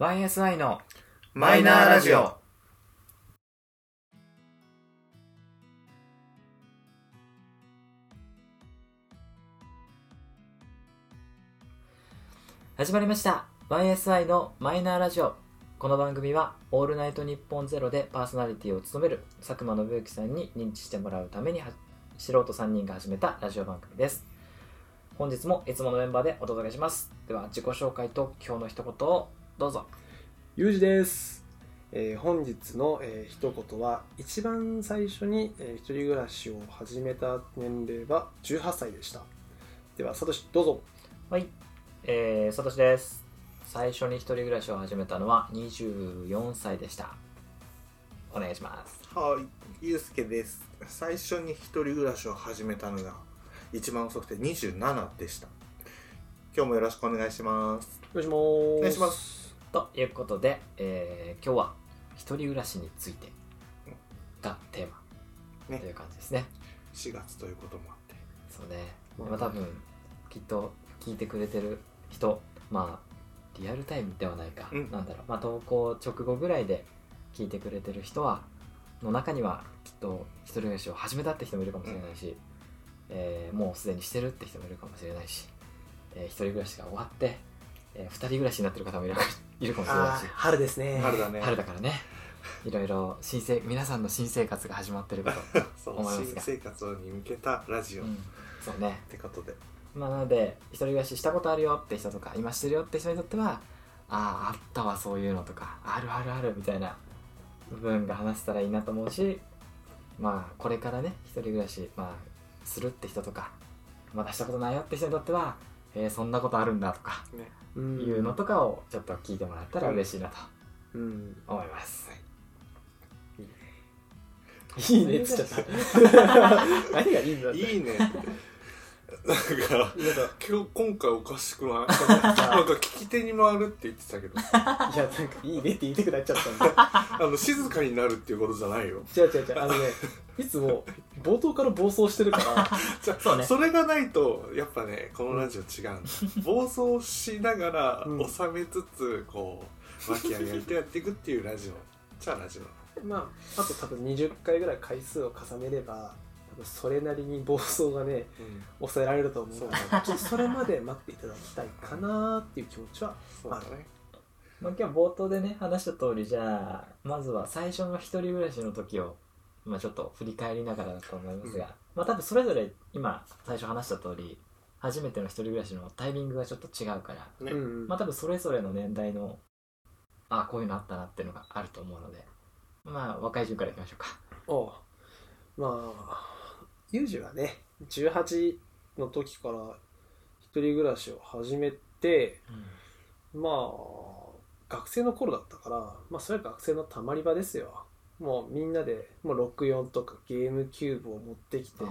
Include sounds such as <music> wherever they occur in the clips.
YSI のマイナーラジオ。始まりました YSI のマイナーラジオこの番組は「オールナイトニッポンゼロでパーソナリティを務める佐久間信之さんに認知してもらうためには素人3人が始めたラジオ番組です本日もいつものメンバーでお届けしますでは自己紹介と今日の一言をどうぞゆうじです、えー本日の、えー一言は一番最初に、えー一人暮らしを始めた年齢は18歳でしたではサトシどうぞはい、えー、サトシです。最初に一人暮らしを始めたのは24歳でした。お願いします。はい、ゆうすけです。最初に一人暮らしを始めたのが一番遅くて27でした。今日もよろしくお願いします。お願いしますお願いしますということで、えー今日は一人暮らしについてがテーマねという感じですね。 4月ということもあって。そうね、まあ、多分きっと聞いてくれてる人まあリアルタイムではないか、うんなんだろうまあ投稿直後ぐらいで聞いてくれてる人はの中にはきっと一人暮らしを始めたって人もいるかもしれないし、えーもうすでにしてるって人もいるかもしれないし、えー一人暮らしが終わって、えー二人暮らしになってる方もいるか <laughs> いるかもしれないし春ですね春だね。春だからねいろいろ新生皆さんの新生活が始まってること、そう思います新が生活に向けたラジオ、うっんそうねてことで。まあ、なので一人暮らししたことあるよって人とか今してるよって人にとってはあああったわそういうのとかあるあるあるみたいな部分が話せたらいいなと思うしまあこれからね一人暮らし、まあ、するって人とかまだしたことないよって人にとっては、えーそんなことあるんだとかうんいうのとかをちょっと聞いてもらったら嬉しいなとうん思います。いいねっつっちゃった何がいいんだっていいね。なんか、なんか今日、今回おかしくないなん <laughs> かなんか聞き手に回るって言ってたけど、いやなんかいいねって言いたくなっちゃったんだあの、静かになるっていうことじゃないよ。違う違う違うあのねいつも冒頭から暴走してるからそうねそれがないとやっぱねこのラジオ違うんだ、 <laughs> 暴走しながらうん収めつつこう巻き上げてやっていくっていうラジオじゃあラジオまあ、あと多分20回ぐらい回数を重ねれば多分それなりに暴走がねうん抑えられると思うそうのだでねちょっとそれまで待っていただきたいかなっていう気持ちはそうだねまあ、今日冒頭でね話した通りじゃあまずは最初の一人暮らしの時を、まあ、ちょっと振り返りながらだと思いますが、うんまあ多分それぞれ今最初話した通り初めての一人暮らしのタイミングがちょっと違うから、ねうんうんまあ多分それぞれの年代のあこういうのあったなっていうのがあると思うのでまあ若い順からいきましょうかおうまあユージはね18の時から一人暮らしを始めてまあ学生の頃だったからまあそれは学生のたまり場ですよもうみんなでもう64とかゲームキューブを持ってきてで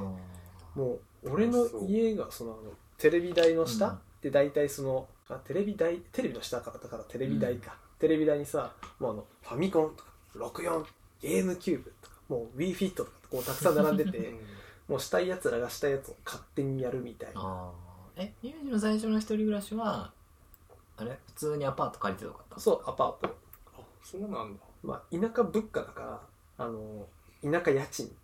もう俺の家がそのあのテレビ台の下、うんで大体そのあテレビ台テレビの下からだからテレビ台か、テレビ台にさもうあのファミコンとか64ゲームキューブとかもう WeFit とかこうたくさん並んでうてん <laughs> もうしたいやつらがしたいやつを勝手にやるみたいなあーえユージの最初の一人暮らしはあれ普通にアパート借りてとかだったそうアパート、あそうなんだまあ、田舎物価だからあの田舎家賃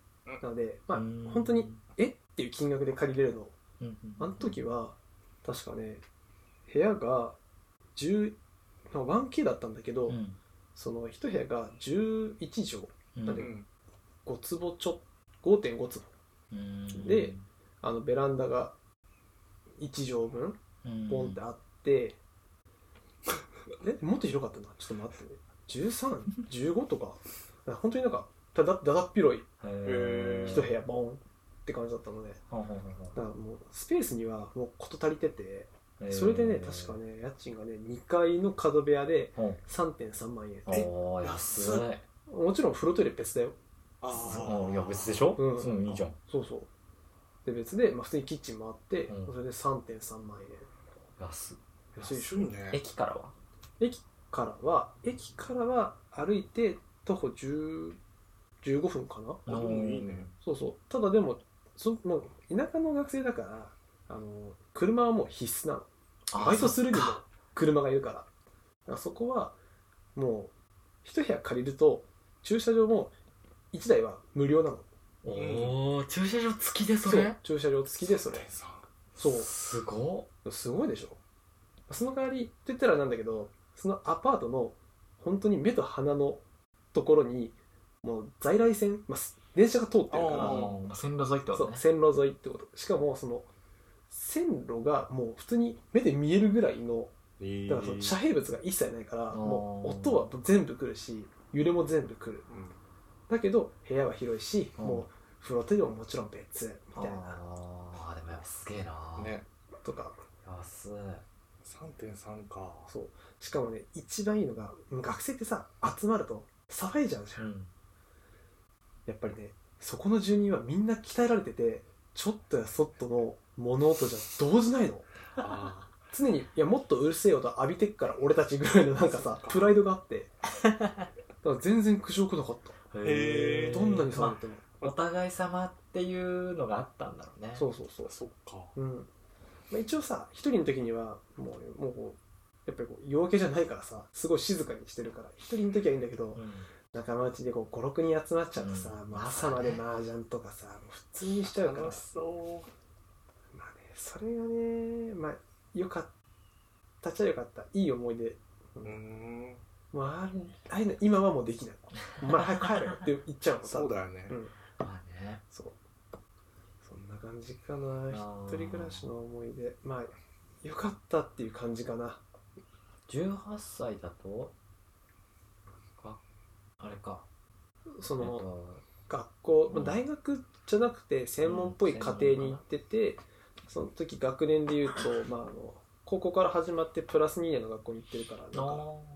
なので、まあうん、本当にえっていう金額で借りれるのうんうんうんあの時は確かね部屋が10まあ 1K だったんだけど、うんその一部屋が11畳うんだっうてん5坪ちょ5.5坪であのベランダが1畳分ポンってあって、えもっと広かったなちょっと待ってね1315とか本当になんかだだだだっ広いへー一部屋ボンって感じだったので、ほんほんだからもうスペースにはもう事足りててほんそれでね確かね家賃がね2階の角部屋でほん3.3万円えおお安い安もちろん風呂トイレ別だよあうんーいや別でしょうんそういいじゃんそうそうで別で、まあ、普通にキッチンもあって、うんそれで3.3万安い円安いでし安ょいね駅からはからは駅からは歩いて徒歩10 15分かなあでもいいねそうそうただでもそもう田舎の学生だからあの車はもう必須なのバイトするにも車がいるからだからそこはもう一部屋借りると駐車場も1台は無料なのおお駐車場付きでそれう駐車場付きでそれそうすごすごいでしょその代わりって言ったらなんだけどそのアパートの本当に目と鼻のところにもう在来線、まあ、す電車が通ってるっかあらああ線路沿いってこそとうね線路沿いってことしかもその線路がもう普通に目で見えるぐらいのだからその遮蔽物が一切ないからーもう音は全部来るし揺れも全部来るだけど部屋は広いしうんもう風呂というのももちろん別みあたいなあでもやっぱすげえなうんねとか安い3.3か <laughs> そうしかもね一番いいのが学生ってさ集まると騒いじゃうじゃんうんやっぱりねそこの住人はみんな鍛えられててちょっとやそっとの物音じゃ動じないのあ常にいやもっとうるせえよと浴びてっから俺たちぐらいのなんかそさっかプライドがあってだから全然苦情来なかったへーどんなにま騒あいでても、お互い様っていうのがあったんだろうねそうそうそうーそっかうんまあ、一応さ一人の時にはもうもうこうやっぱりこう陽気じゃないからさすごい静かにしてるから一人の時はいいんだけど、うん仲間内でこう56人集まっちゃってさ、うんまあ朝まで麻雀とかさもう普通にしちゃうからま楽しそあねそれがねまあよかったっちゃよかったいい思い出ううんもうあれああいうの今はもうできないお前早く帰れよって <laughs> 言っちゃうのさそうだよねうんまあねそうそんな感じかなー一人暮らしの思い出まあよかったっていう感じかな18歳だとかあれかそえっのと学校、うん大学じゃなくて専門っぽい家庭に行ってて、その時学年でいうと、まあ、あの高校から始まってプラス2年の学校に行ってるからだから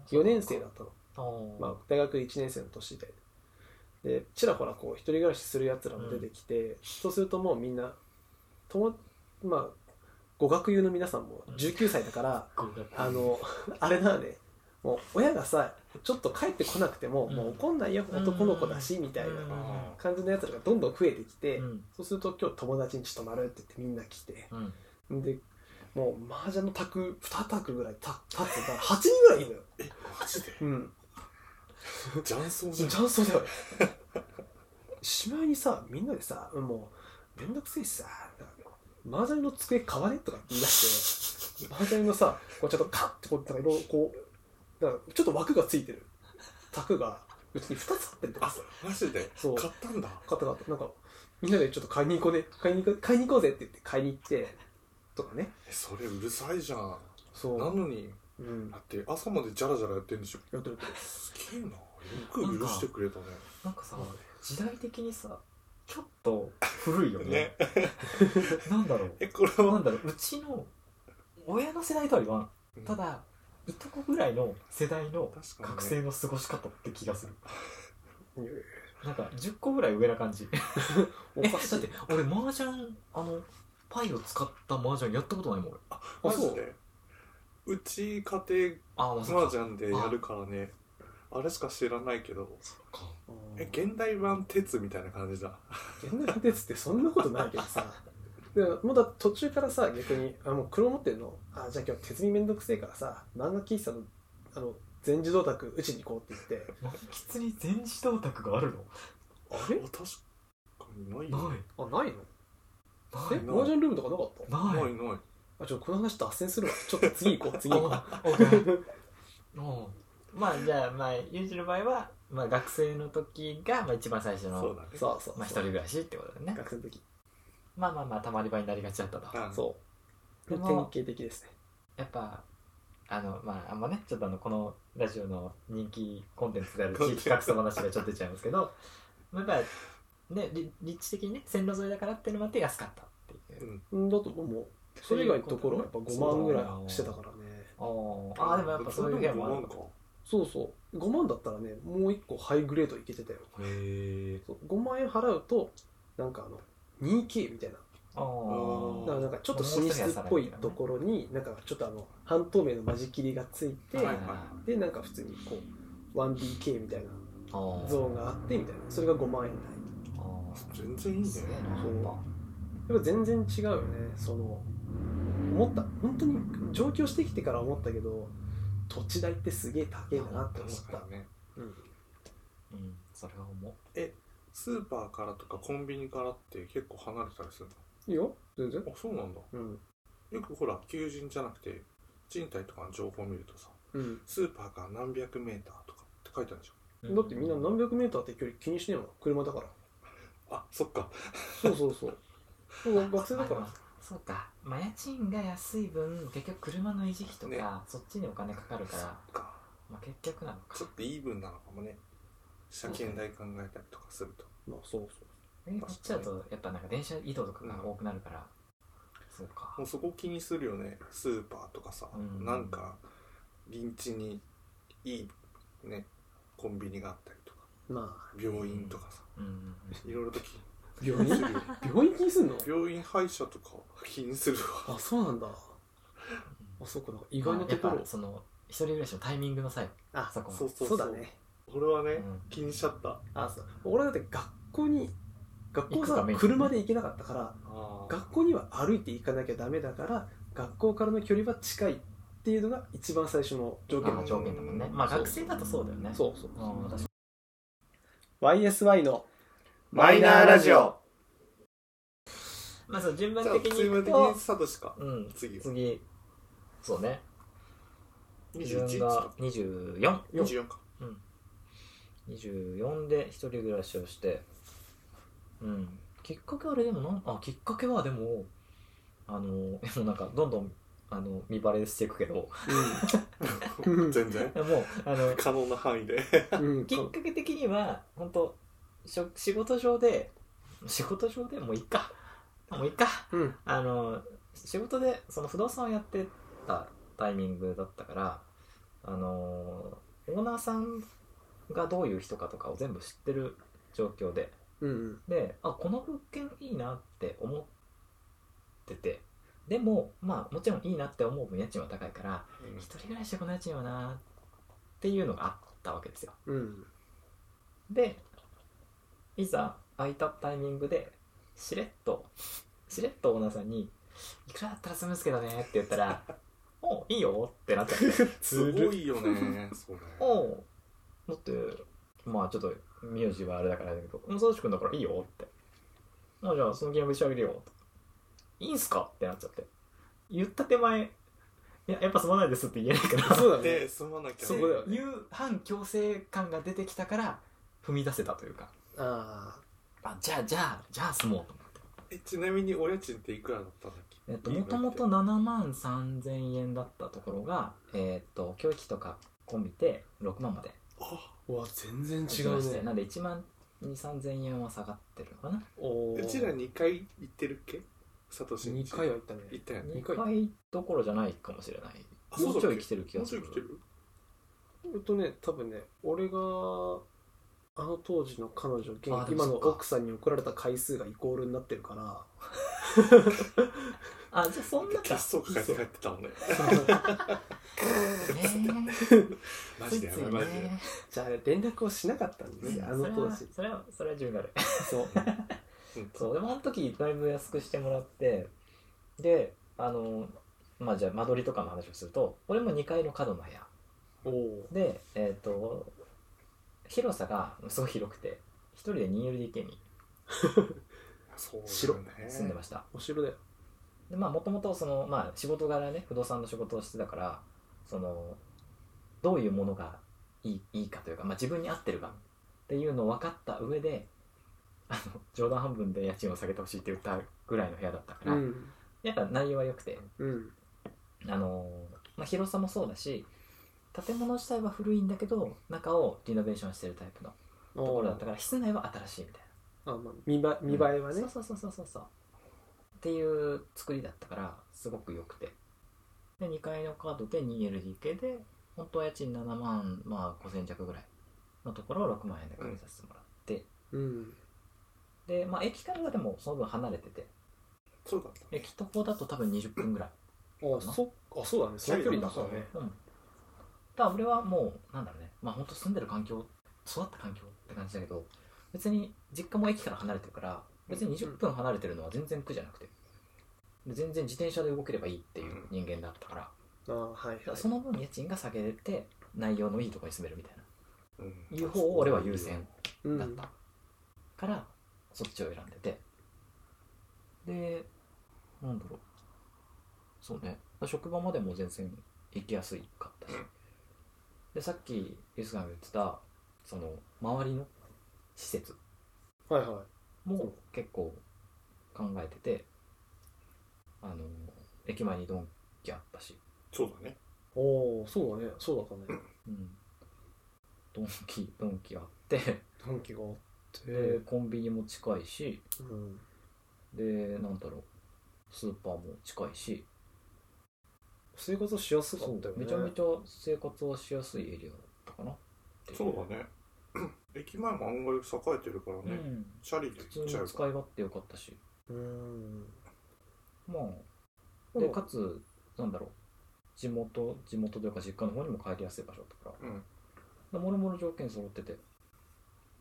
4年生だったの、まあ、大学1年生の年ででちらほらこう一人暮らしするやつらも出てきて、そうするともうみんなともまあ語学友の皆さんも19歳だからあの <laughs> あれなのねもう親がさちょっと帰ってこなくても、うんもう怒んないよ男の子だしみたいな。な感じのやつらがどんどん増えてきて、うんそうすると今日友達に泊まるって言ってみんな来てうんでもう麻雀の卓2卓ぐらいた立つから8人ぐらいいるのよマジでうん雀荘じ <laughs> 雀ゃん荘だよしまいにさみんなでさもうめんどくせえしさ麻雀の机買わねとかって言い出して麻雀のさこうちょっとカッてこうなんか色々こうなんかちょっと枠がついてる卓がうちに2つあってるとかあさマジでそう買ったんだ買った買ったなんかみんなでちょっと買いに行こうね買いに行こう買いに行こうぜって言って買いに行ってとかねえそれうるさいじゃんそうなのにうんだって朝までジャラジャラやってるんでしょやってるやってるすげえなよく許してくれたねなんかさ時代的にさちょっと古いよね <laughs> なんだろうえこれなはんだろううちの親の世代とは言わんただいとこぐらいの世代の確かにね学生の過ごし方って気がするいやいやいなんか10個ぐらい上な感じやおえかしだいって俺麻雀あのパイを使った麻雀やったことないもん俺マあそうジでうち家庭ああまあそう麻か雀でやるからねあれしか知らないけどそうかえ現代版鉄みたいな感じだ現代鉄ってそんなことないけどさ <laughs> でもうだ途中からさ逆にあもう黒持ってるのあじゃあ今日鉄にめんどくせえからさ漫画喫茶のあの全自動卓打ちに行こうって言って満喫に全自動卓があるのああれ確かにないよないあないのえないいマージャンルームとかなかっないないないたあちょっとこの話脱線するわちょっと次行こう次行こあオッケーうんまあじゃあまあユージの場合は、まあ、学生の時が、まあ、一番最初のそうだね <laughs> うそうそうまあ、一人暮らしってことだね学生の時まあまあまあたまり場になりがちだったとあそうで典も型的ですねやっぱあのまああんまねちょっとあのこのラジオの人気コンテンツであるコンテ地ンツ域格差話がちょっと出ちゃいますけどまあやっぱねり立地的にね線路沿いだからっていうのもあって安かったっていう、うんうんだともうそれ以外のところはやっぱ5万ぐらいしてたからねおーああでもやっぱそういう部屋もあるなんかそうそう5万だったらねもう1個ハイグレードいけてたよへえそう5万円払うとなんかあの 2K みたいなあーだからなんかちょっと寝室っぽいところになんかちょっとあの半透明の間仕切りがついてはいはいでなんか普通にこう 1DK みたいなあーゾーンがあってみたいなそれが5万円あ全然いいーねすげえなやっぱ台やっぱ全然違うよねその思った本当に上京してきてから思ったけど土地代ってすげえ高いんだなって思った、ねうん、うんそれは思うスーパーからとかコンビニからって結構離れたりするいいよ全然のあそうなんだうんよくほら求人じゃなくて賃貸とかの情報を見るとさうんスーパーから何百メーターとかって書いてあるじだってみんな何百メーターって距離気にしねえもん車だからゃんあそっかそうそうそうでも <laughs> 学生だかあらそうか、まあ、家賃が安い分結局車の維持費とか、ねそっちにお金かかるから、そっかまあ、結局なのかちょっとイーブンなのかもね車検代考えたりとかするとまあそうそうえこっちだとやっぱなんか電車移動とかが多くなるから、そうかもうそこ気にするよねスーパーとかさ、うんなんか臨地にいいねコンビニがあったりとかまあ病院とかさ、うんうんうんいろいろと気病に院するよ病院気にすんの病院歯医者とか気にするわあそうなんだあそうかなんか意外なとこまあやっろぱその一人暮らしのタイミングの際あそこそうそうそうだね俺はね、うん気にしちゃったあそう俺だって学校に学校行くかさメイン車で行けなかったから学学校には歩いて行かなきゃダメだから学校からの距離は近いっていうのが一番最初の条件ああ条件だもんねまあそう学生だとそうだよねそうそううん確かに YSY のマイナーラジオまあそう順番じゃあ的にチいームく的とにサトシかうん次は次そうね自分21がか24 24か24で一人暮らしをしてうんきっかけはあれでもなんあきっかけはでもあのでもなんかどんどんあの見バレしていくけども <laughs> う <laughs> ん全然うあの可能な範囲でうんきっかけ的には本当しょ仕事上で仕事上でもういっかもういっかうんあの仕事でその不動産をやってたタイミングだったからあのオーナーさんがどういう人かとかを全部知ってる状況でうんであこの物件いいなって思っててでもまあもちろんいいなって思う分家賃は高いから一人暮らしでこの家賃はなっていうのがあったわけですようん <laughs> でいざ空いたタイミングでしれっとしれっとオーナーさんに「いくらだったら住むんすけどね」って言ったら <laughs> 「おういいよ」ってなっちゃ <laughs> ってすごいよねそれ「おうだってまあちょっと名字はあれだからだけどうん聡志君だからいいよ」って「まあじゃあその金額一緒にあげるよ」と「いいんすか?」ってなっちゃって言った手前「いややっぱ住まないです」って言えないからそうだねで済まなきゃねそこだよねいう反強制感が出てきたから踏み出せたというかああじゃあじゃあじゃあ住もうと思ってえちなみにお家賃っていくらだったんだっけえっともともと7万3000円だったところがえっと教育費とか込みで6万までああうわ全然違まうしてねなんで1万2 3 0円は下がってるのかなおうーちら2回行ってるっけサトシん二ち回は行ったね行ったよね2二回回どころじゃないかもしれないあもうちょい来来てる気がもうすちょるい来てるえっとね多分ね俺があの当時の彼女現あでも今そのっか奥さんに送られた回数がイコールになってるからあじゃあ <laughs> そんな血か相抱えて帰ってたもんねねマえジでやばいマジでじゃあ連絡をしなかったんですよあの当時それはそれは自分が悪いそううんそうでもあの時だいぶ安くしてもらってであのまあじゃあ間取りとかの話をすると俺も2階の角の部屋おおでえっ、と広さがすごい広くて一人で 2LDK にそう白だよね住んでました、お城だよでまあもともとその、まあ、仕事柄ね不動産の仕事をしてたからそのどういうものがいいいいかというか、まあ、自分に合ってるかっていうのを分かった上であの冗談半分で家賃を下げてほしいって言ったぐらいの部屋だったから、うんやっぱ内容は良くてうんあのーまあ、広さもそうだし建物自体は古いんだけど中をリノベーションしてるタイプのとところだったから室内は新しいみたいあ、まあ、見ば見栄えな、はね、そうそうそうそうそうっていう作りだったからすごく良くてで2階のカードで 2LDK で本当は家賃7万、まあ、5000弱ぐらいのところを6万円で借りさせてもらって、うんで、まあ、駅からはでもその分離れててそうだったね駅とこだと多分20分ぐらいあそあそうだねその距離だからねうん、ただ俺はもうなんだろうねまあ本当住んでる環境育った環境って感じだけど別に実家も駅から離れてるから別に20分離れてるのは全然苦じゃなくてで全然自転車で動ければいいっていう人間だったから、ああはいはいその分家賃が下げれて内容のいいところに住めるみたいなうんいう方を俺は優先うんだったからそっちを選んでてでなんだろうそうね職場までも全然行きやすいかったしでさっきユースが言ってたその周りの施設はいはいも結構考えててあの駅前にドンキあったし、そうだねおおそうだねそうだったねうん、ドンキドンキあって短期があってでコンビニも近いしうんでなんだろうスーパーも近いし生活しやすかそっうたよねめちゃめちゃ生活はしやすいエリアだったかなっていそうだね駅前も案外栄えてるからね、うん、チャリで普行っち通ゃにう使い勝手よかったしうんまあでかつなんだろう地元地元というか実家の方にも帰りやすい場所だったかうんらもろもろ条件揃ってて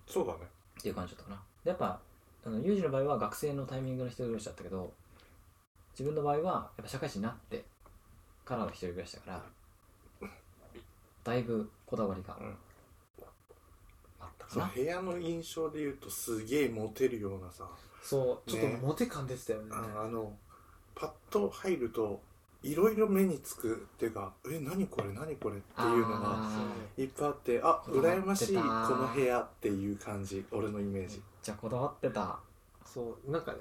そうだねっていう感じだったかなでやっぱあのユージの場合は学生のタイミングの一人暮らしだったけど自分の場合はやっぱ社会人になってからの一人暮らしだからだいぶこだわりがうんあったかそな、の部屋の印象で言うとすげえモテるようなさ、そうちょっとねモテ感出てたよねああのパッと入るといろいろ目につくっていうか「え何これ何これ」っていうのがあーそういっぱいあってあこだわってた羨ましいこの部屋っていう感じ俺のイメーめっジちゃこだわってたそうなんかね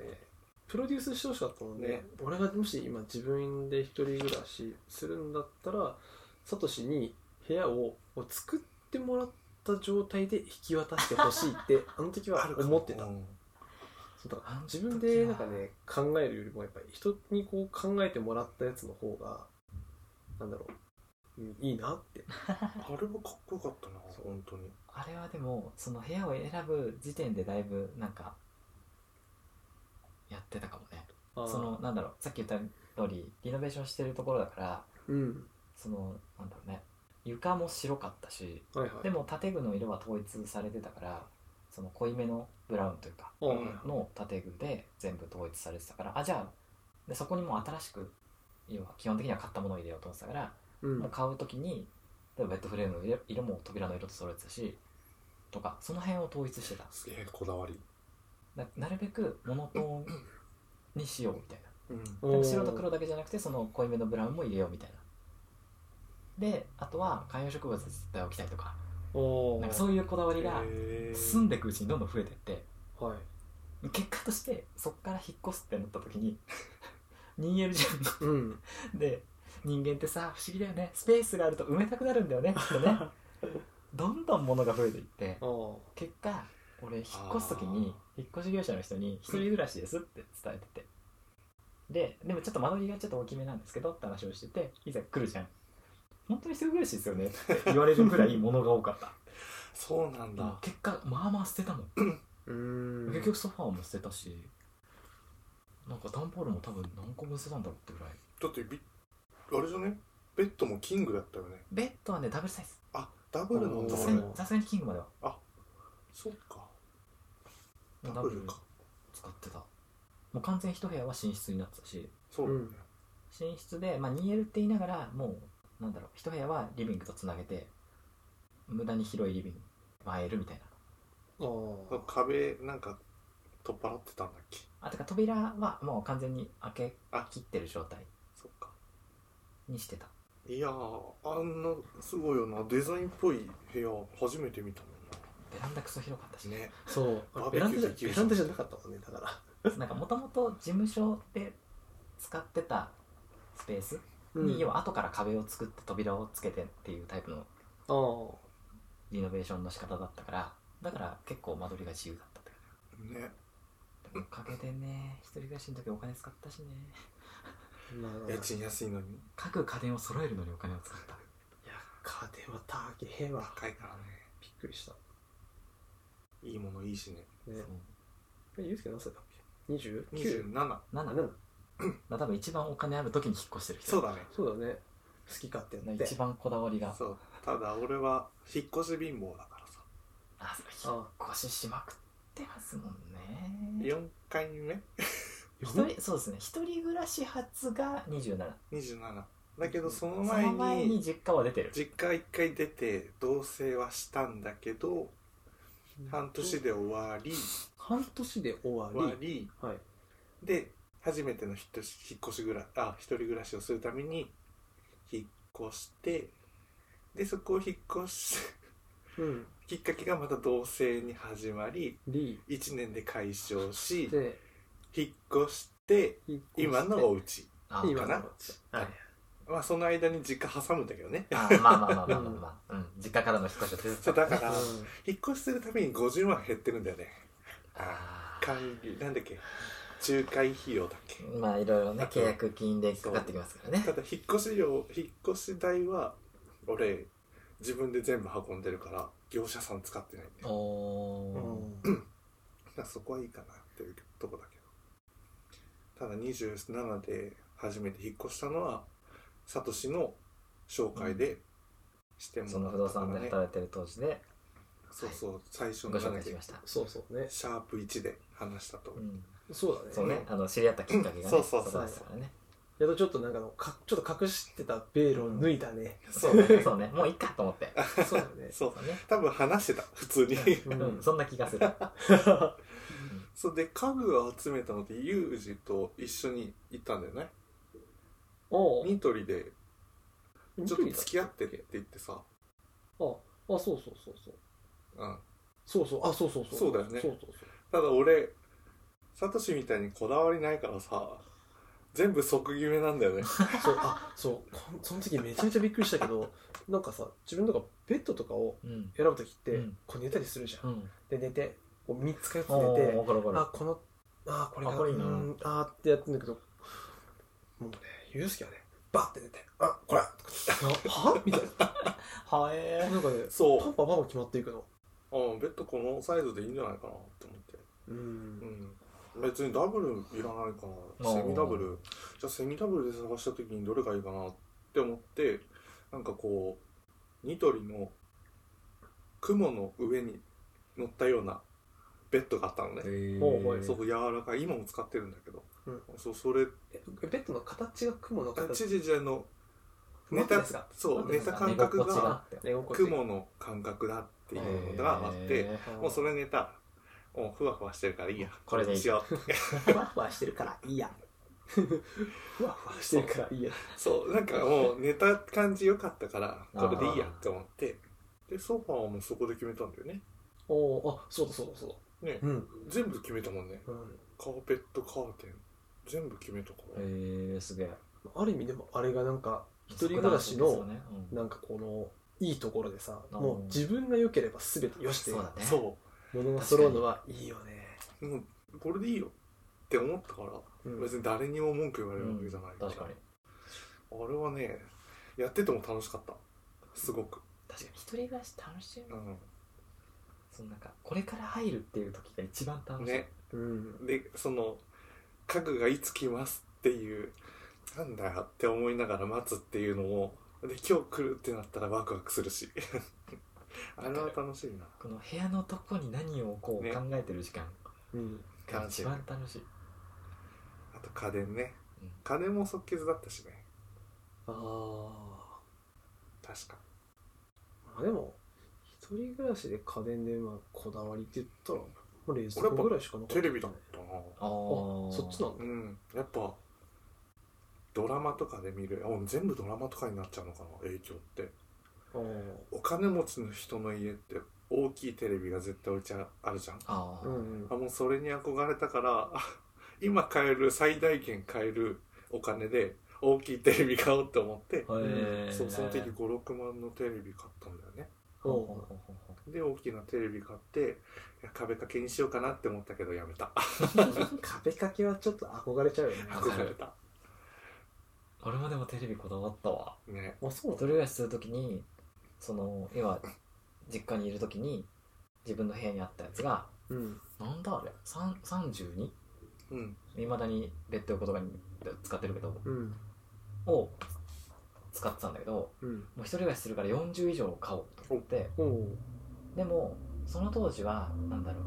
プロデュースしてほしかったので、ね俺がもし今自分で一人暮らしするんだったらサトシに部屋をを作ってもらった状態で引き渡してほしいって <laughs> あの時はかも思ってたうんそうだからあの時自は分でなんかね考えるよりもやっぱり人にこう考えてもらったやつの方がなんだろう、うん、いいなってあれはかっこよかったなそう本当にあれはでもその部屋を選ぶ時点でだいぶなんかやってたかもねあ <laughs> ーそのなんだろうさっき言った通りリノベーションしてるところだからうんそのなんだろうね床も白かったしはいはいでも建具の色は統一されてたからその濃いめのブラウンというかあーうんの建具で全部統一されてたからあじゃあでそこにもう新しく要は基本的には買ったものを入れようと思ってたから、うんもう買う時に例えばベッドフレームの色色も扉の色と揃えてたしとかその辺を統一してたすげえこだわりななるべくモノトーンにしようみたいなうんでも白と黒だけじゃなくてその濃いめのブラウンも入れようみたいなであとは観葉植物は絶対置きたいとかおーなんかそういうこだわりがへー住んでいくうちにどんどん増えてってはい結果としてそっから引っ越すってなった時に <laughs> 2L じゃうんん <laughs> で人間ってさ不思議だよねスペースがあると埋めたくなるんだよねきっと <laughs> ねどんどん物が増えていってあー結果俺引っ越す時に引っ越し業者の人に「一人暮らしです」って伝えててででもちょっと間取りがちょっと大きめなんですけどって話をしてていざ来るじゃん本当に一人暮らしですよねって言われるぐらい物が多かったそうなんだ結果まあまあ捨てたもんうーん結局ソファーも捨てたしなんか段ボールも多分何個分捨てたんだろうってぐらいだってびあれじゃねベッドもキングだったよねベッドはねダブルサイズあダブルなんださおす俺がーにさすがにキングまではそっかダダブルか使ってたもう完全一部屋は寝室になってたしそうだよね寝室で、まあ、2L って言いながらもうなんだろう一部屋はリビングとつなげて無駄に広いリビング 1L みたいなあなんーか壁なんか取っ払ってたんだっけあてか扉はもう完全に開けあ切ってる状態そっかにしてたいやーあんなすごいよなデザインっぽい部屋初めて見たもんベランダクソ広かったしなねそうバーベベキラュンダーじゃできるベランダじゃなかったもんねだからなんかもともと事務所で使ってたスペースに、要は後から壁を作って扉をつけてっていうタイプのああリノベーションの仕方だったからだから結構間取りが自由だったって感ねじでもおかげでね一人暮らしの時お金使ったしねまあ家賃安いのに各家電を揃えるのにお金を使ったいや家電は高えわ高いからねびっくりしたいいものいいしねねそうえゆうすけ何歳だっけ 29? 27 7七まあ多分一番お金ある時に引っ越してる人そうだねそうだね好き勝手やって一番こだわりがそうただ俺は引っ越し貧乏だからさあそう引っ越ししまくってますもんね4回目一人そうですね一人暮らし初が27 27だけどそのその前前にに実家は出てる実家一回出て同棲はしたんだけど半年で終わり半年で終わり終わりはいで初めての引っ越し引っ越しぐらあ一人暮らしをするために引っ越してでそこを引っ越すうん <laughs> きっかけがまた同棲に始まりり1年で解消しで引っ越して今のおお家あ今かのなおはいまあその間に実家挟むんだけどねあまあまあまあまあまあ、まあうん、実家からの引っ越しを手伝ってそうだからうん引っ越しするたびに50万減ってるんだよねあー管理なんだっけ仲介費用だっけまあいろいろねあと契約金でかかってきますからねただ引っ越し料引っ越し代は俺自分で全部運んでるから業者さん使ってないんでだかおうんらそこはいいかなっていうとこだけどただ27で初めて引っ越したのはサトシの紹介でしてーもその不ら動ったか産らでね働いてる当時でそうそう最初ごのな紹ん介だっしけました、そうそうねシャープ1で話したとうん、そうだねそうねあの知り合ったきっかけがねそうそうそうこですからねやっとちょっとなんかのかちょっと隠してたベールを脱いだね、そうねそうねもういいかと思ってそうだねそうそうね多分話してた普通にうんうん、そんな気がするそうで家具を集めたのってユージと一緒に行ったんだよねおニトリでうちょっと付き合ってって言ってさ、ああそうそうそうそううん、そうそうあそうそうそうそうだよねそうそうただ俺サトシみたいにこだわりないからさ全部即決めなんだよねそうそうあそうこんその時めちゃめちゃびっくりしたけどなんかさ自分とかベッドとかをうん選ぶ時って、うんこう寝たりするじゃん、 <laughs> うんで寝てこう3つか4つお寝ておころころあこのあこれかあこれいいなうんあーってやってんだけどもうねゆうすけはねバッて寝てあこれはみたいは <laughs> なえなんかねそパンパンパンパン決まっていくのう、うん、ベッドこのサイズでいいんじゃないかなと思ってううんん別にダブルいらないかなあーセミダブルじゃあセミダブルで探した時にどれがいいかなって思ってなんかこうニトリの雲の上に乗ったようなベッドがあったのねほほうほうそこ柔らかい今も使ってるんだけど、うんそうそれえベッドの形が雲のあ形ちじじあの寝マジたですかそうマジ寝ですたか感覚が寝心地が雲の感覚だっていうのがあってもうそれ寝たらもうふわふわしてるからいいやこれでいいしようふわふわしてるからいいやふわふわしてるからいいやそうなんかもう寝た感じ良かったからこれでいいやって思ってでソファーもそこで決めたんだよねおおあそうだそうだそうだねうん、全部決めたもんねうん、カーペットカーテン全部決めたから、えすげえある意味でもあれがなんか一人暮らしのねうんなんかこのいいところでさうんもう自分が良ければ全てよしってそうだねそ物が揃うのはいいよねうもうこれでいいよって思ったからうん別に誰にも文句言わうれるわけんじゃない確かにあれはねやってても楽しかったすごく、確かに一人暮らし楽しいなうそのなんかこれから入るっていう時が一番楽ん、しい、ねうんでその家具がいつ来ますっていうなんだよって思いながら待つっていうのもで今日来るってなったらワクワクするしあれは楽しいなこの部屋のとこに何をこうね考えてる時間うんが一番楽しい、あと家電ねうん家電も即決だったしねああ確かまあでも一人暮らしで家電でまあこだわりって言ったらもう冷蔵庫ぐらいしかなかったテレビだったなあああそっちなのんうんだやっぱドラマとかで見るあ全部ドラマとかになっちゃうのかな影響ってあーお金持ちの人の家って大きいテレビが絶対置いちゃあるじゃんああ、うんうんあもうそれに憧れたから <laughs> あ今買える最大限買えるお金で大きいテレビ買おうと思って、へえそうその時56万のテレビ買ったんだよねほうほうお <laughs> ほうほうで大きなテレビ買っていや壁掛けにしようかなって思ったけどやめた壁掛けはちょっと憧れちゃうよねわか憧れるた俺もでもテレビこだわったわねあそう一人暮らしする時にその今実家にいる時に自分の部屋にあったやつがうんなんだあれ 32? うんいまだにベッド横とかに使ってるけどうんを使ってたんだけどもうんう一人暮らしするから40以上を買おうと思っておうでもその当時はなんだろう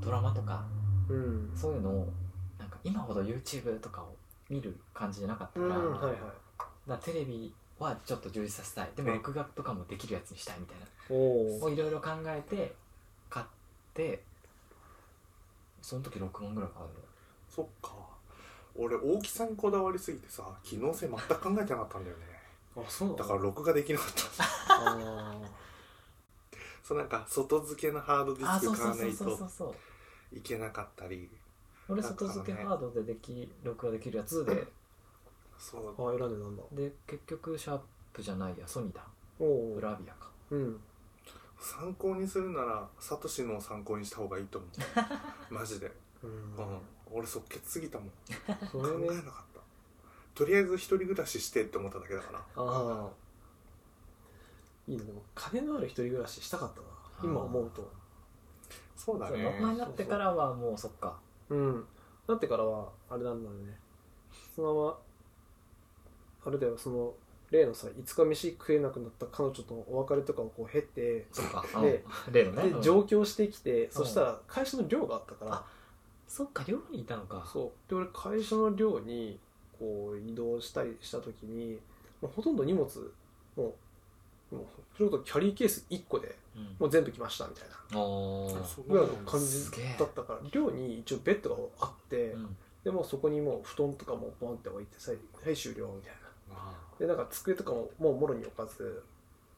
ドラマとかうんそういうのをなんか今ほど YouTube とかを見る感じじゃなかったうかんら、はいだはいからテレビはちょっと充実させたいでもうん録画とかもできるやつにしたいみたいなおおをいろいろ考えて買ってその時6万ぐらい買うのそっか俺大きさにこだわりすぎてさ機能性全く考えてなかったんだよねあそうだから録画できなかった <laughs> あそうなんか外付けのハードディあスそうク買そうわなそうそいうそうとそういけなかったり俺外付けハードででき録画できるやつでそうーあ選んでなんだで結局シャープじゃないやソニーだおおブラビアかうん参考にするならサトシのを参考にした方がいいと思うマジで、うんうん、俺即決すぎたもんそ考れえなねかったとりあえず一人暮らししてって思っただけだからああいいねでも金のある一人暮らししたかったな今思うとそうだそうね大人になってからはもうそっかうんなってからはあれなんだよねそのままあれだよその例のさ5日飯食えなくなった彼女とお別れとかをこう経てそっかでうん例のねうでん上京してきて、そしたら会社の寮があったからあ、そっか寮にいたのかそうで俺会社の寮にこう移動したりした時にもうほとんど荷物もうもうそれこそキャリーケース1個でうんもう全部来ましたみたいなおーそうぐらいの感すげえじだったから寮に一応ベッドがあって、うんでもうそこにもう布団とかもボンって置いてさはい終了みたいなあでなんか机とかももうもろに置かず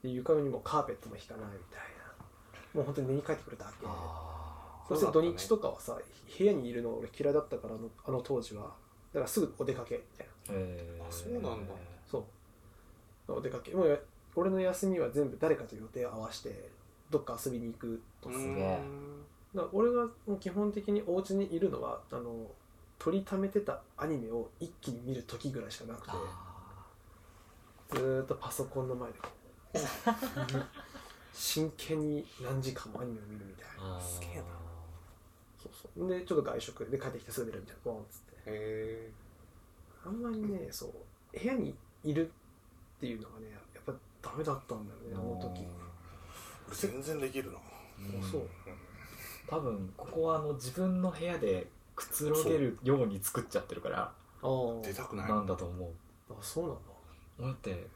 で床にもカーペットも引かないみたいなもう本当に寝に帰ってくるだけあそして土日とかはさ、部屋にいるの俺嫌いだったからあのあの当時はだからすぐお出かけみたいなーへーあそうなんだそうお出かけもうや俺の休みは全部誰かと予定合わせてどっか遊びに行くとうかーさすんげえだから俺がもう基本的にお家にいるのはあの取りためてたアニメを一気に見る時ぐらいしかなくてあずーっとパソコンの前でこう真剣に何時間もアニメを見るみたいーなあーすげえなそうそうでちょっと外食で帰ってきてすぐ見るみたいなボーンっつってへえあんまりねそう部屋にいるっていうのがねやっぱダメだったんだよねあの時俺全然できるなうんそう多分ここはあの自分の部屋でくつろげるように作っちゃってるからあ出たくないなんだと思うああそうなんだ俺だって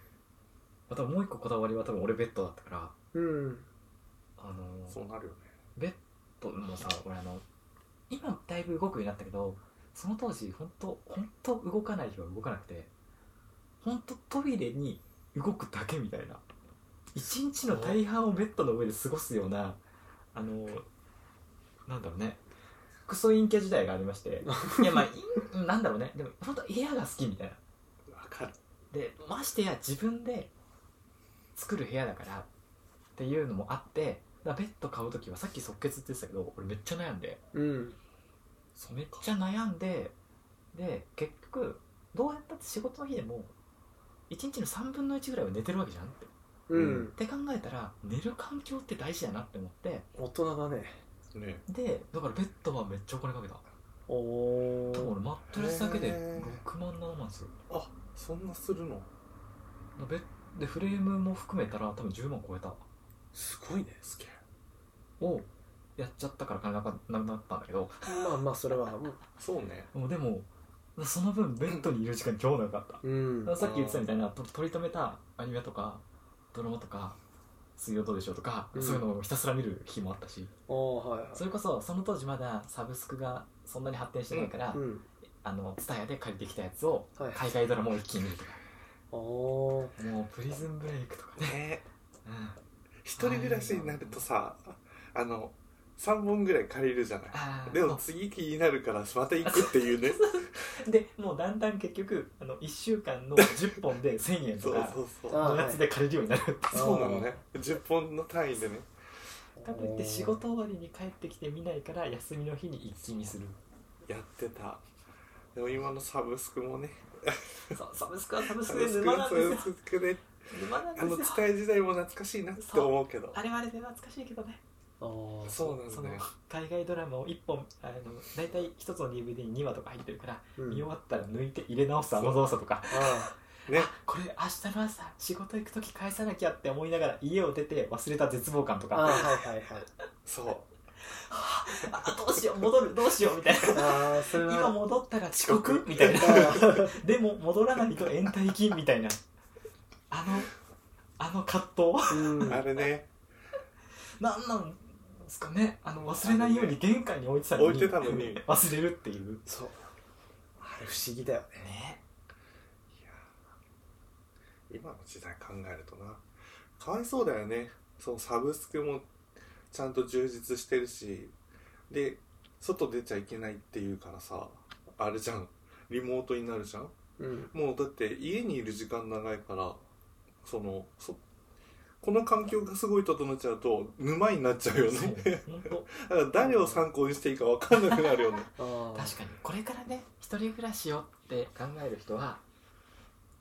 あともう一個こだわりは多分俺ベッドだったからうんあのそうなるよねベッドもさ俺あの今だいぶ動くようになったけどその当時本当本当動かない日は動かなくて本当トイレに動くだけみたいな一日の大半をベッドの上で過ごすようなあのなんだろうねクソ陰キャ時代がありましていやまあい <laughs> んなんだろうねでも本当部屋が好きみたいなわかるでましてや自分で作る部屋だからっていうのもあってだからベッド買う時はさっき即決って言ってたけど俺めっちゃ悩んでうんめっちゃ悩んでで結局どうやったって仕事の日でも1日の3分の1ぐらいは寝てるわけじゃんってっうん、うんて考えたら寝る環境って大事だなって思って大人だねねでだからベッドはめっちゃお金かけたおお多分俺マットレスだけでへー6万7万するあそんなするのだからベッでフレームも含めたら多分10万超えたすごいねすげえをやっちゃったから金なかなくなったんだけどまあまあそれはうんそうねもうでもその分ベッドにいる時間超長かった、うんさっき言ってたみたいなと取り留めたアニメとかドラマとか「水曜どうでしょう」とか、うんそういうのをひたすら見る日もあったしああはいはいそれこそその当時まだサブスクがそんなに発展してないから、うんあの TSUTAYA で借りてきたやつをはい海外ドラマを一気に見るとか、あーもうプリズンブレイクとかね、ねうん、 <laughs> 一人暮らしになるとさあの3本ぐらい借りるじゃないあーでも次気になるからまた行くっていうねでもうだんだん結局あの1週間の10本で1000円そとうかそうそうあのやつで借りるようになるってーそうなのね10本の単位でねかといって仕事終わりに帰ってきて見ないから休みの日に一気見するやってたでも今のサブスクもねそうサブスクはサブスサクブでスク沼なはんでサすブよスクで沼なんであのすよ伝え時代も懐かしいなって思うけどあれはあれで懐かしいけどねあーそうなんそだのね海外ドラマを1本あの大体1つの DVD に2話とか入ってるから、うん見終わったら抜いて入れ直すあの動作とかあねあこれ明日の朝仕事行く時返さなきゃって思いながら家を出て忘れた絶望感とーあーかはいはいはいそうあどうしよう戻るどうしようみたいなああそれ今は戻ったら遅刻みたいな <laughs> でも戻らないと延滞金みたいなあのあの葛藤うんあれねなんなんですかねあの忘れないように玄関に置いてたのに置いてたのに忘れるっていうそうあれ不思議だよねね今の時代考えるとなかわいそうだよねそのサブスクもちゃんと充実してるしで外出ちゃいけないっていうからさあれじゃんリモートになるじゃんうんもうだって家にいる時間長いからそのそこの環境がすごい整っちゃうと沼になっちゃうよそうね本当だから誰を参考にしていいか分かんなくなるよねあ確かにこれからね一人暮らしをって考える人は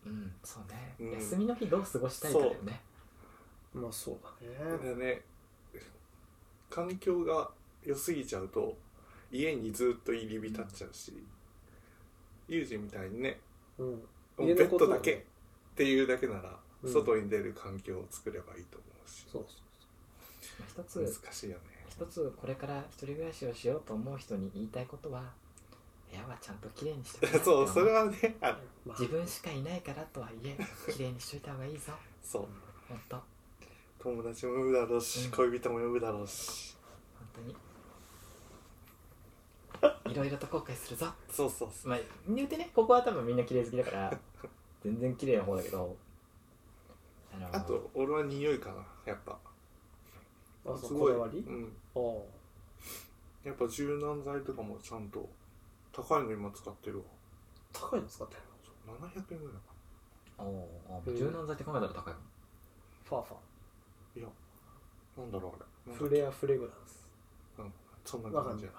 うんそうね、うん休みの日どう過ごしたいかだよねにまあ <laughs> そうだだねからね環境が良すぎちゃうと家にずっと入り浸っちゃうし、ユージみたいにねうんもう家ベッのことドをねだけっていうだけなら、うん外に出る環境を作ればいいと思うしそうそまあ一つ難しいよね <laughs> 一つこれから一人暮らしをしようと思う人に言いたいことは部屋はちゃんときれいにして <laughs> そうそれはねあうまあ自分しかいないからとはいえきれいにしといた方がいいぞそう本当本友達も呼ぶだろうし、うん恋人も呼ぶだろうし当にいろいろと後悔するぞそうそうそうまあ言うてねここは多分みんな綺麗好きだから全然綺麗な方だけどあのあと俺は匂いかなやっぱあすそごこいだわりうん、ああやっぱ柔軟剤とかもちゃんと高いの今使ってるわ高いの使ってるのそう700円ぐらいかおうおう柔軟剤って考えたら高いもんファーファないやなんだろうあれーフなんだっレアフレグラン <laughs> スけそんな感じやっ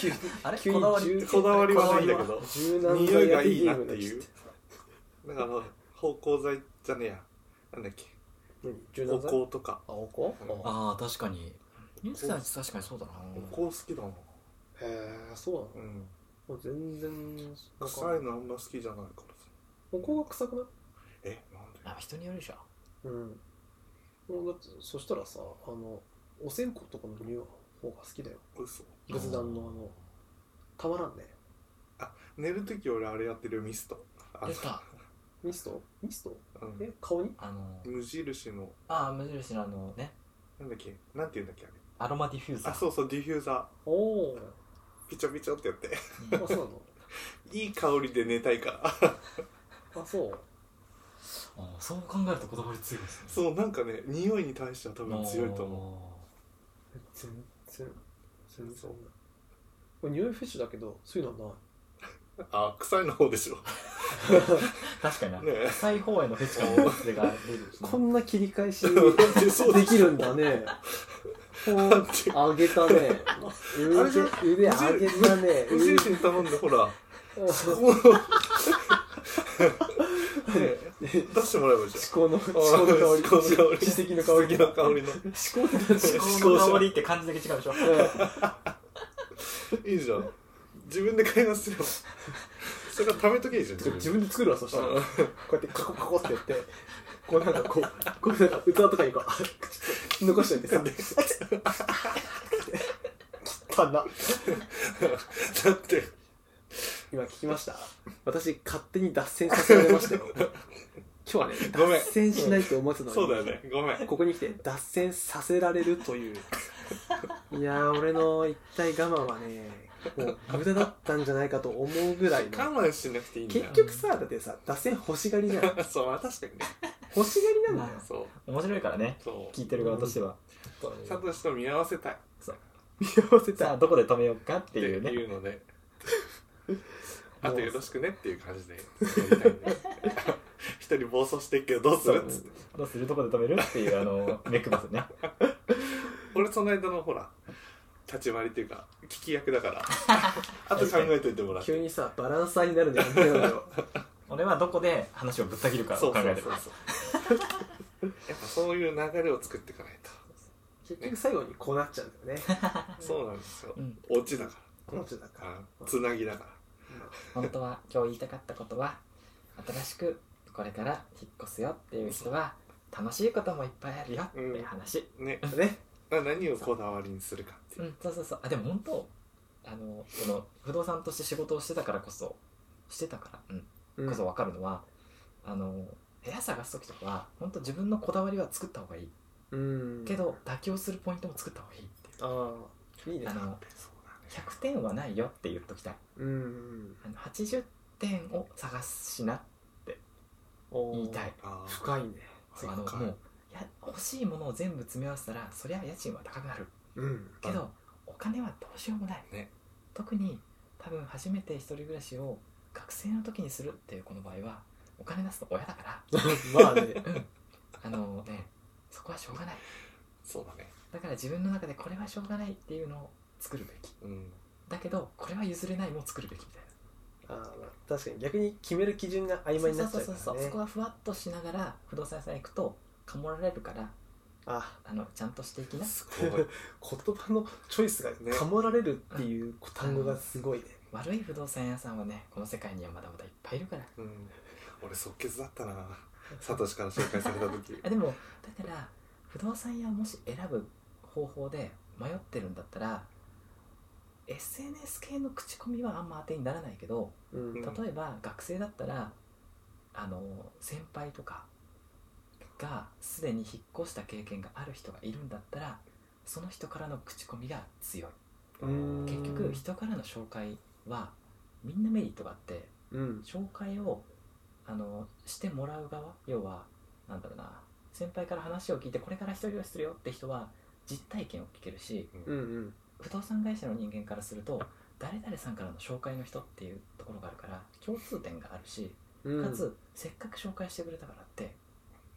急にあれ急にこだわり柔ってこだわりはないんだけこど柔た軟匂い剤がやいいゲなっームてのい切うだ手から芳香剤じゃねえやなんだっけ何柔お軟剤香とかあおこうんあああ確かにゆうきさん確かにそうだなお香好きだなへえそうなのうんもう全然なんか臭いのあんま好きじゃないからさおこが臭くないえなんであ人によるでしょうんもうだってそしたらさあのお線香とかの匂いの方が好きだよ嘘仏壇のあのたまらんね寝る時俺あれやってるよミストあの出たミストミストうんえ顔にあの無印のああ無印のあのねなんだっけなんて言うんだっけあれアロマディフューザーあそうそうディフューザおおーピチョピチョってやって <laughs> うあんそうなのいい香りで寝たいから <laughs> あそうあそう考えるとこだわり強いですねそうなんかね匂いに対しては多分強いと思思え全然全然ないこれ匂いフェチだけどそういうのはないうあ臭いの方で <laughs> しょう確かになねえ <laughs> 臭い方へのフェチ感も強いが出るこんな切り返 <laughs> しだってそうできるんだだね。こだう、って上げたね。れじゃ腕、腕上げたね。無印に頼んでほ <laughs> らうんこのねえ出してもらえば <laughs> いいじゃん思考の、思考の香り。思考の香り <laughs> 史跡好きの香りな香りの思考の香思考の香りって感じだけ違うでしょり。うんいいじゃん自分で買いますよそれから貯めとけいいじゃんてか自分で作るわ、そしたら。うこんうやってカコカコってやって、こうなんかこう、こうなんか器とかにこう、残しとい <laughs> てさ。汚な。だって今聞きました私、勝手に脱線させられましたよ。 <laughs> 今日はね、ごめん脱線しないと思ってたのに。そうだよねごめんここに来て脱線させられると <laughs> いういやー俺の一体我慢はねもう無駄だったんじゃないかと思うぐらいの我慢しなくていいんだよ結局さだってさ脱線欲しが <laughs> りじゃん <laughs> そうまあ確かにね欲しがりなんだよそう面白いからねそう <laughs> 聞いてる側としてはサトシと見合わせたいっ見合わせさたあどこで止めようかってていうねいう <laughs> のであとよろしくねっていう感じで <laughs> やりたいね一人暴走してっけどどうするっつってどうするどこで止めるっていうあ <laughs> の目くばせね俺その間のほら立ち回りっていうか聞き役だ <laughs> からあと考えといてもらって急にさバランサーになるのやめようよ俺はどこで話をぶった切るかそをう考そえうてそるうそう <laughs> やっぱそういう流れを作っていかないと結局最後にこうなっちゃうんだよねそうなんですようんオチだかこの人だかららつなぎだから本当は今日言いたかったことは新しくこれから引っ越すよっていう人は楽しいこともいっぱいあるよっていう話、ねねな何をこだわりにするかってういう、ん、そうそうそうあでも本当あのこの不動産として仕事をしてたからこそしてたから、うん、うんこそ分かるのは、あの部屋探す時とかは本当自分のこだわりは作った方がいいうんけど、妥協するポイントも作った方がいいっていうああいいねあのそうだね100点はないよって言っときたいうんうんあの80点を探すしなおー言いたいあー深いねそうあのはいもうや欲しいものを全部詰め合わせたらそりゃ家賃は高くなるうんけどお金はどうしようもない、ね特に多分初めて一人暮らしを学生の時にするっていうこの場合はお金出すの親だ <laughs> から <laughs> まあねあのねそこはしょうがないそうだねだから自分の中でこれはしょうがないっていうのを作るべきうんだけどこれは譲れないも作るべきみたいなあーまあ確かに逆に決める基準が曖昧になっちゃそううからねそうそうそうそこはふわっとしながら不動産屋さん行くとかもられるからああのちゃんとしていきなす <laughs> ごい言葉のチョイスがねかもられるっていう単語がすごいね悪い不動産屋さんはねこの世界にはまだまだいっぱいいるからうん俺即決だったなサトシから紹介された <laughs> 時あでもだから不動産屋をもし選ぶ方法で迷ってるんだったら SNS 系の口コミはあんま当てにならないけどううんん例えば学生だったらあの先輩とかがすでに引っ越した経験がある人がいるんだったらその人からの口コミが強いうん結局人からの紹介はみんなメリットがあってうん紹介をあのしてもらう側要はなんだろうな先輩から話を聞いてこれから一人暮らしするよって人は実体験を聞けるしうんうんうん不動産会社の人間からすると誰々さんからの紹介の人っていうところがあるから共通点があるしうんかつせっかく紹介してくれたからって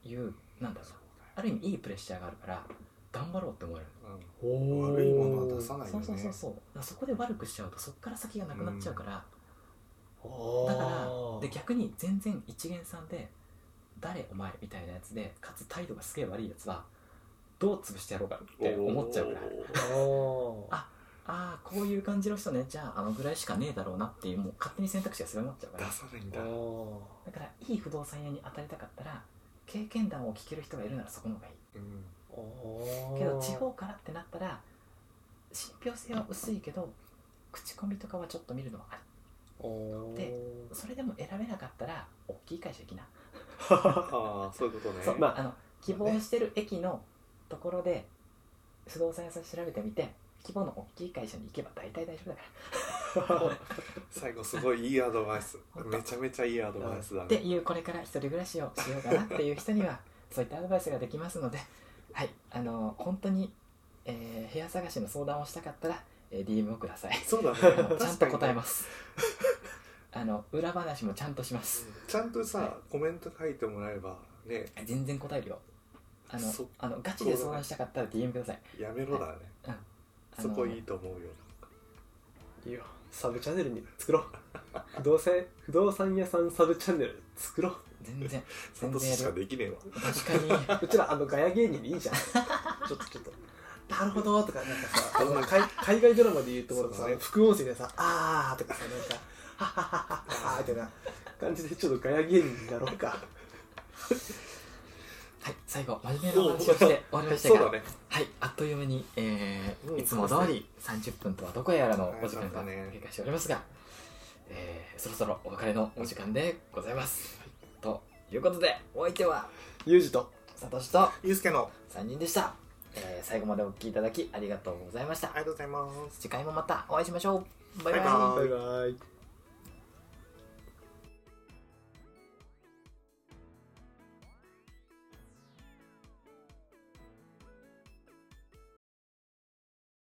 いうなんだろうそなうある意味いいプレッシャーがあるから頑張ろうって思えるだようんおー悪いものは出さないよそうねそうそうそうだからそこで悪くしちゃうとそこから先がなくなっちゃうから、だだからで逆に全然一元さんで「誰お前」みたいなやつでかつ態度がすげえ悪いやつはどう潰してやろうかって思っちゃうかららああああこういう感じの人ねじゃああのぐらいしかねえだろうなっていうもう勝手に選択肢が狭まっちゃうから出さないんあだーだからいい不動産屋に当たりたかったら経験談を聞ける人がいるならそこの方がいいうんあーけど地方からってなったら信憑性は薄いけど口コミとかはちょっと見るのはありあーでそれでも選べなかったら大きい会社行きなああそういうことねそう、まああ、の希望してる駅のところで不動産屋さん調べてみて規模の大きい会社に行けば大体大丈夫だか最後すごいいいアドバイス本当めちゃめちゃいいアドバイスだらねっていうこれから一人暮らしをしようかなっていう人に <laughs> はそういったアドバイスができますのではいあの本当に、えー部屋探しの相談をしたかったら、えー DM をくだ <laughs> さいそうだねあのちゃんと答えますすあの裏話もちゃんとしますちゃんとはいさコメント書いてもらえばね全然答えるよあのそあのガチで相談したかったら DM くださいやめろだねあそのこいいと思うよ <laughs> いいよサブチャンネルに作ろう <laughs> 不動産不動産屋さんサブチャンネル作ろう全 <laughs> 然サトシしかできねえわ確かにうちらあのガヤ芸人でいいじゃんちょっとちょっとなるほどとかなんかさあの海海外ドラマで言うところのさ、そうね副音声でさ「あー」とかさなんか「ははははは」みたいな感じでちょっとガヤ芸人になろうかはい、最後、真面目なお話をして終わりましたそうが、だねはい、あっという間に、えーうんいつも通り30分とはどこへやらのお時間がはいそうだね経過しておりますが、えーそろそろお別れのお時間でございます。ということで、お相手は、ユージとサトシとゆうすけの3人でした。えー最後までお聞きいただきありがとうございましたあ。りがとうございます次回もまたお会いしましょう。バイバイ。バイバイバイバイ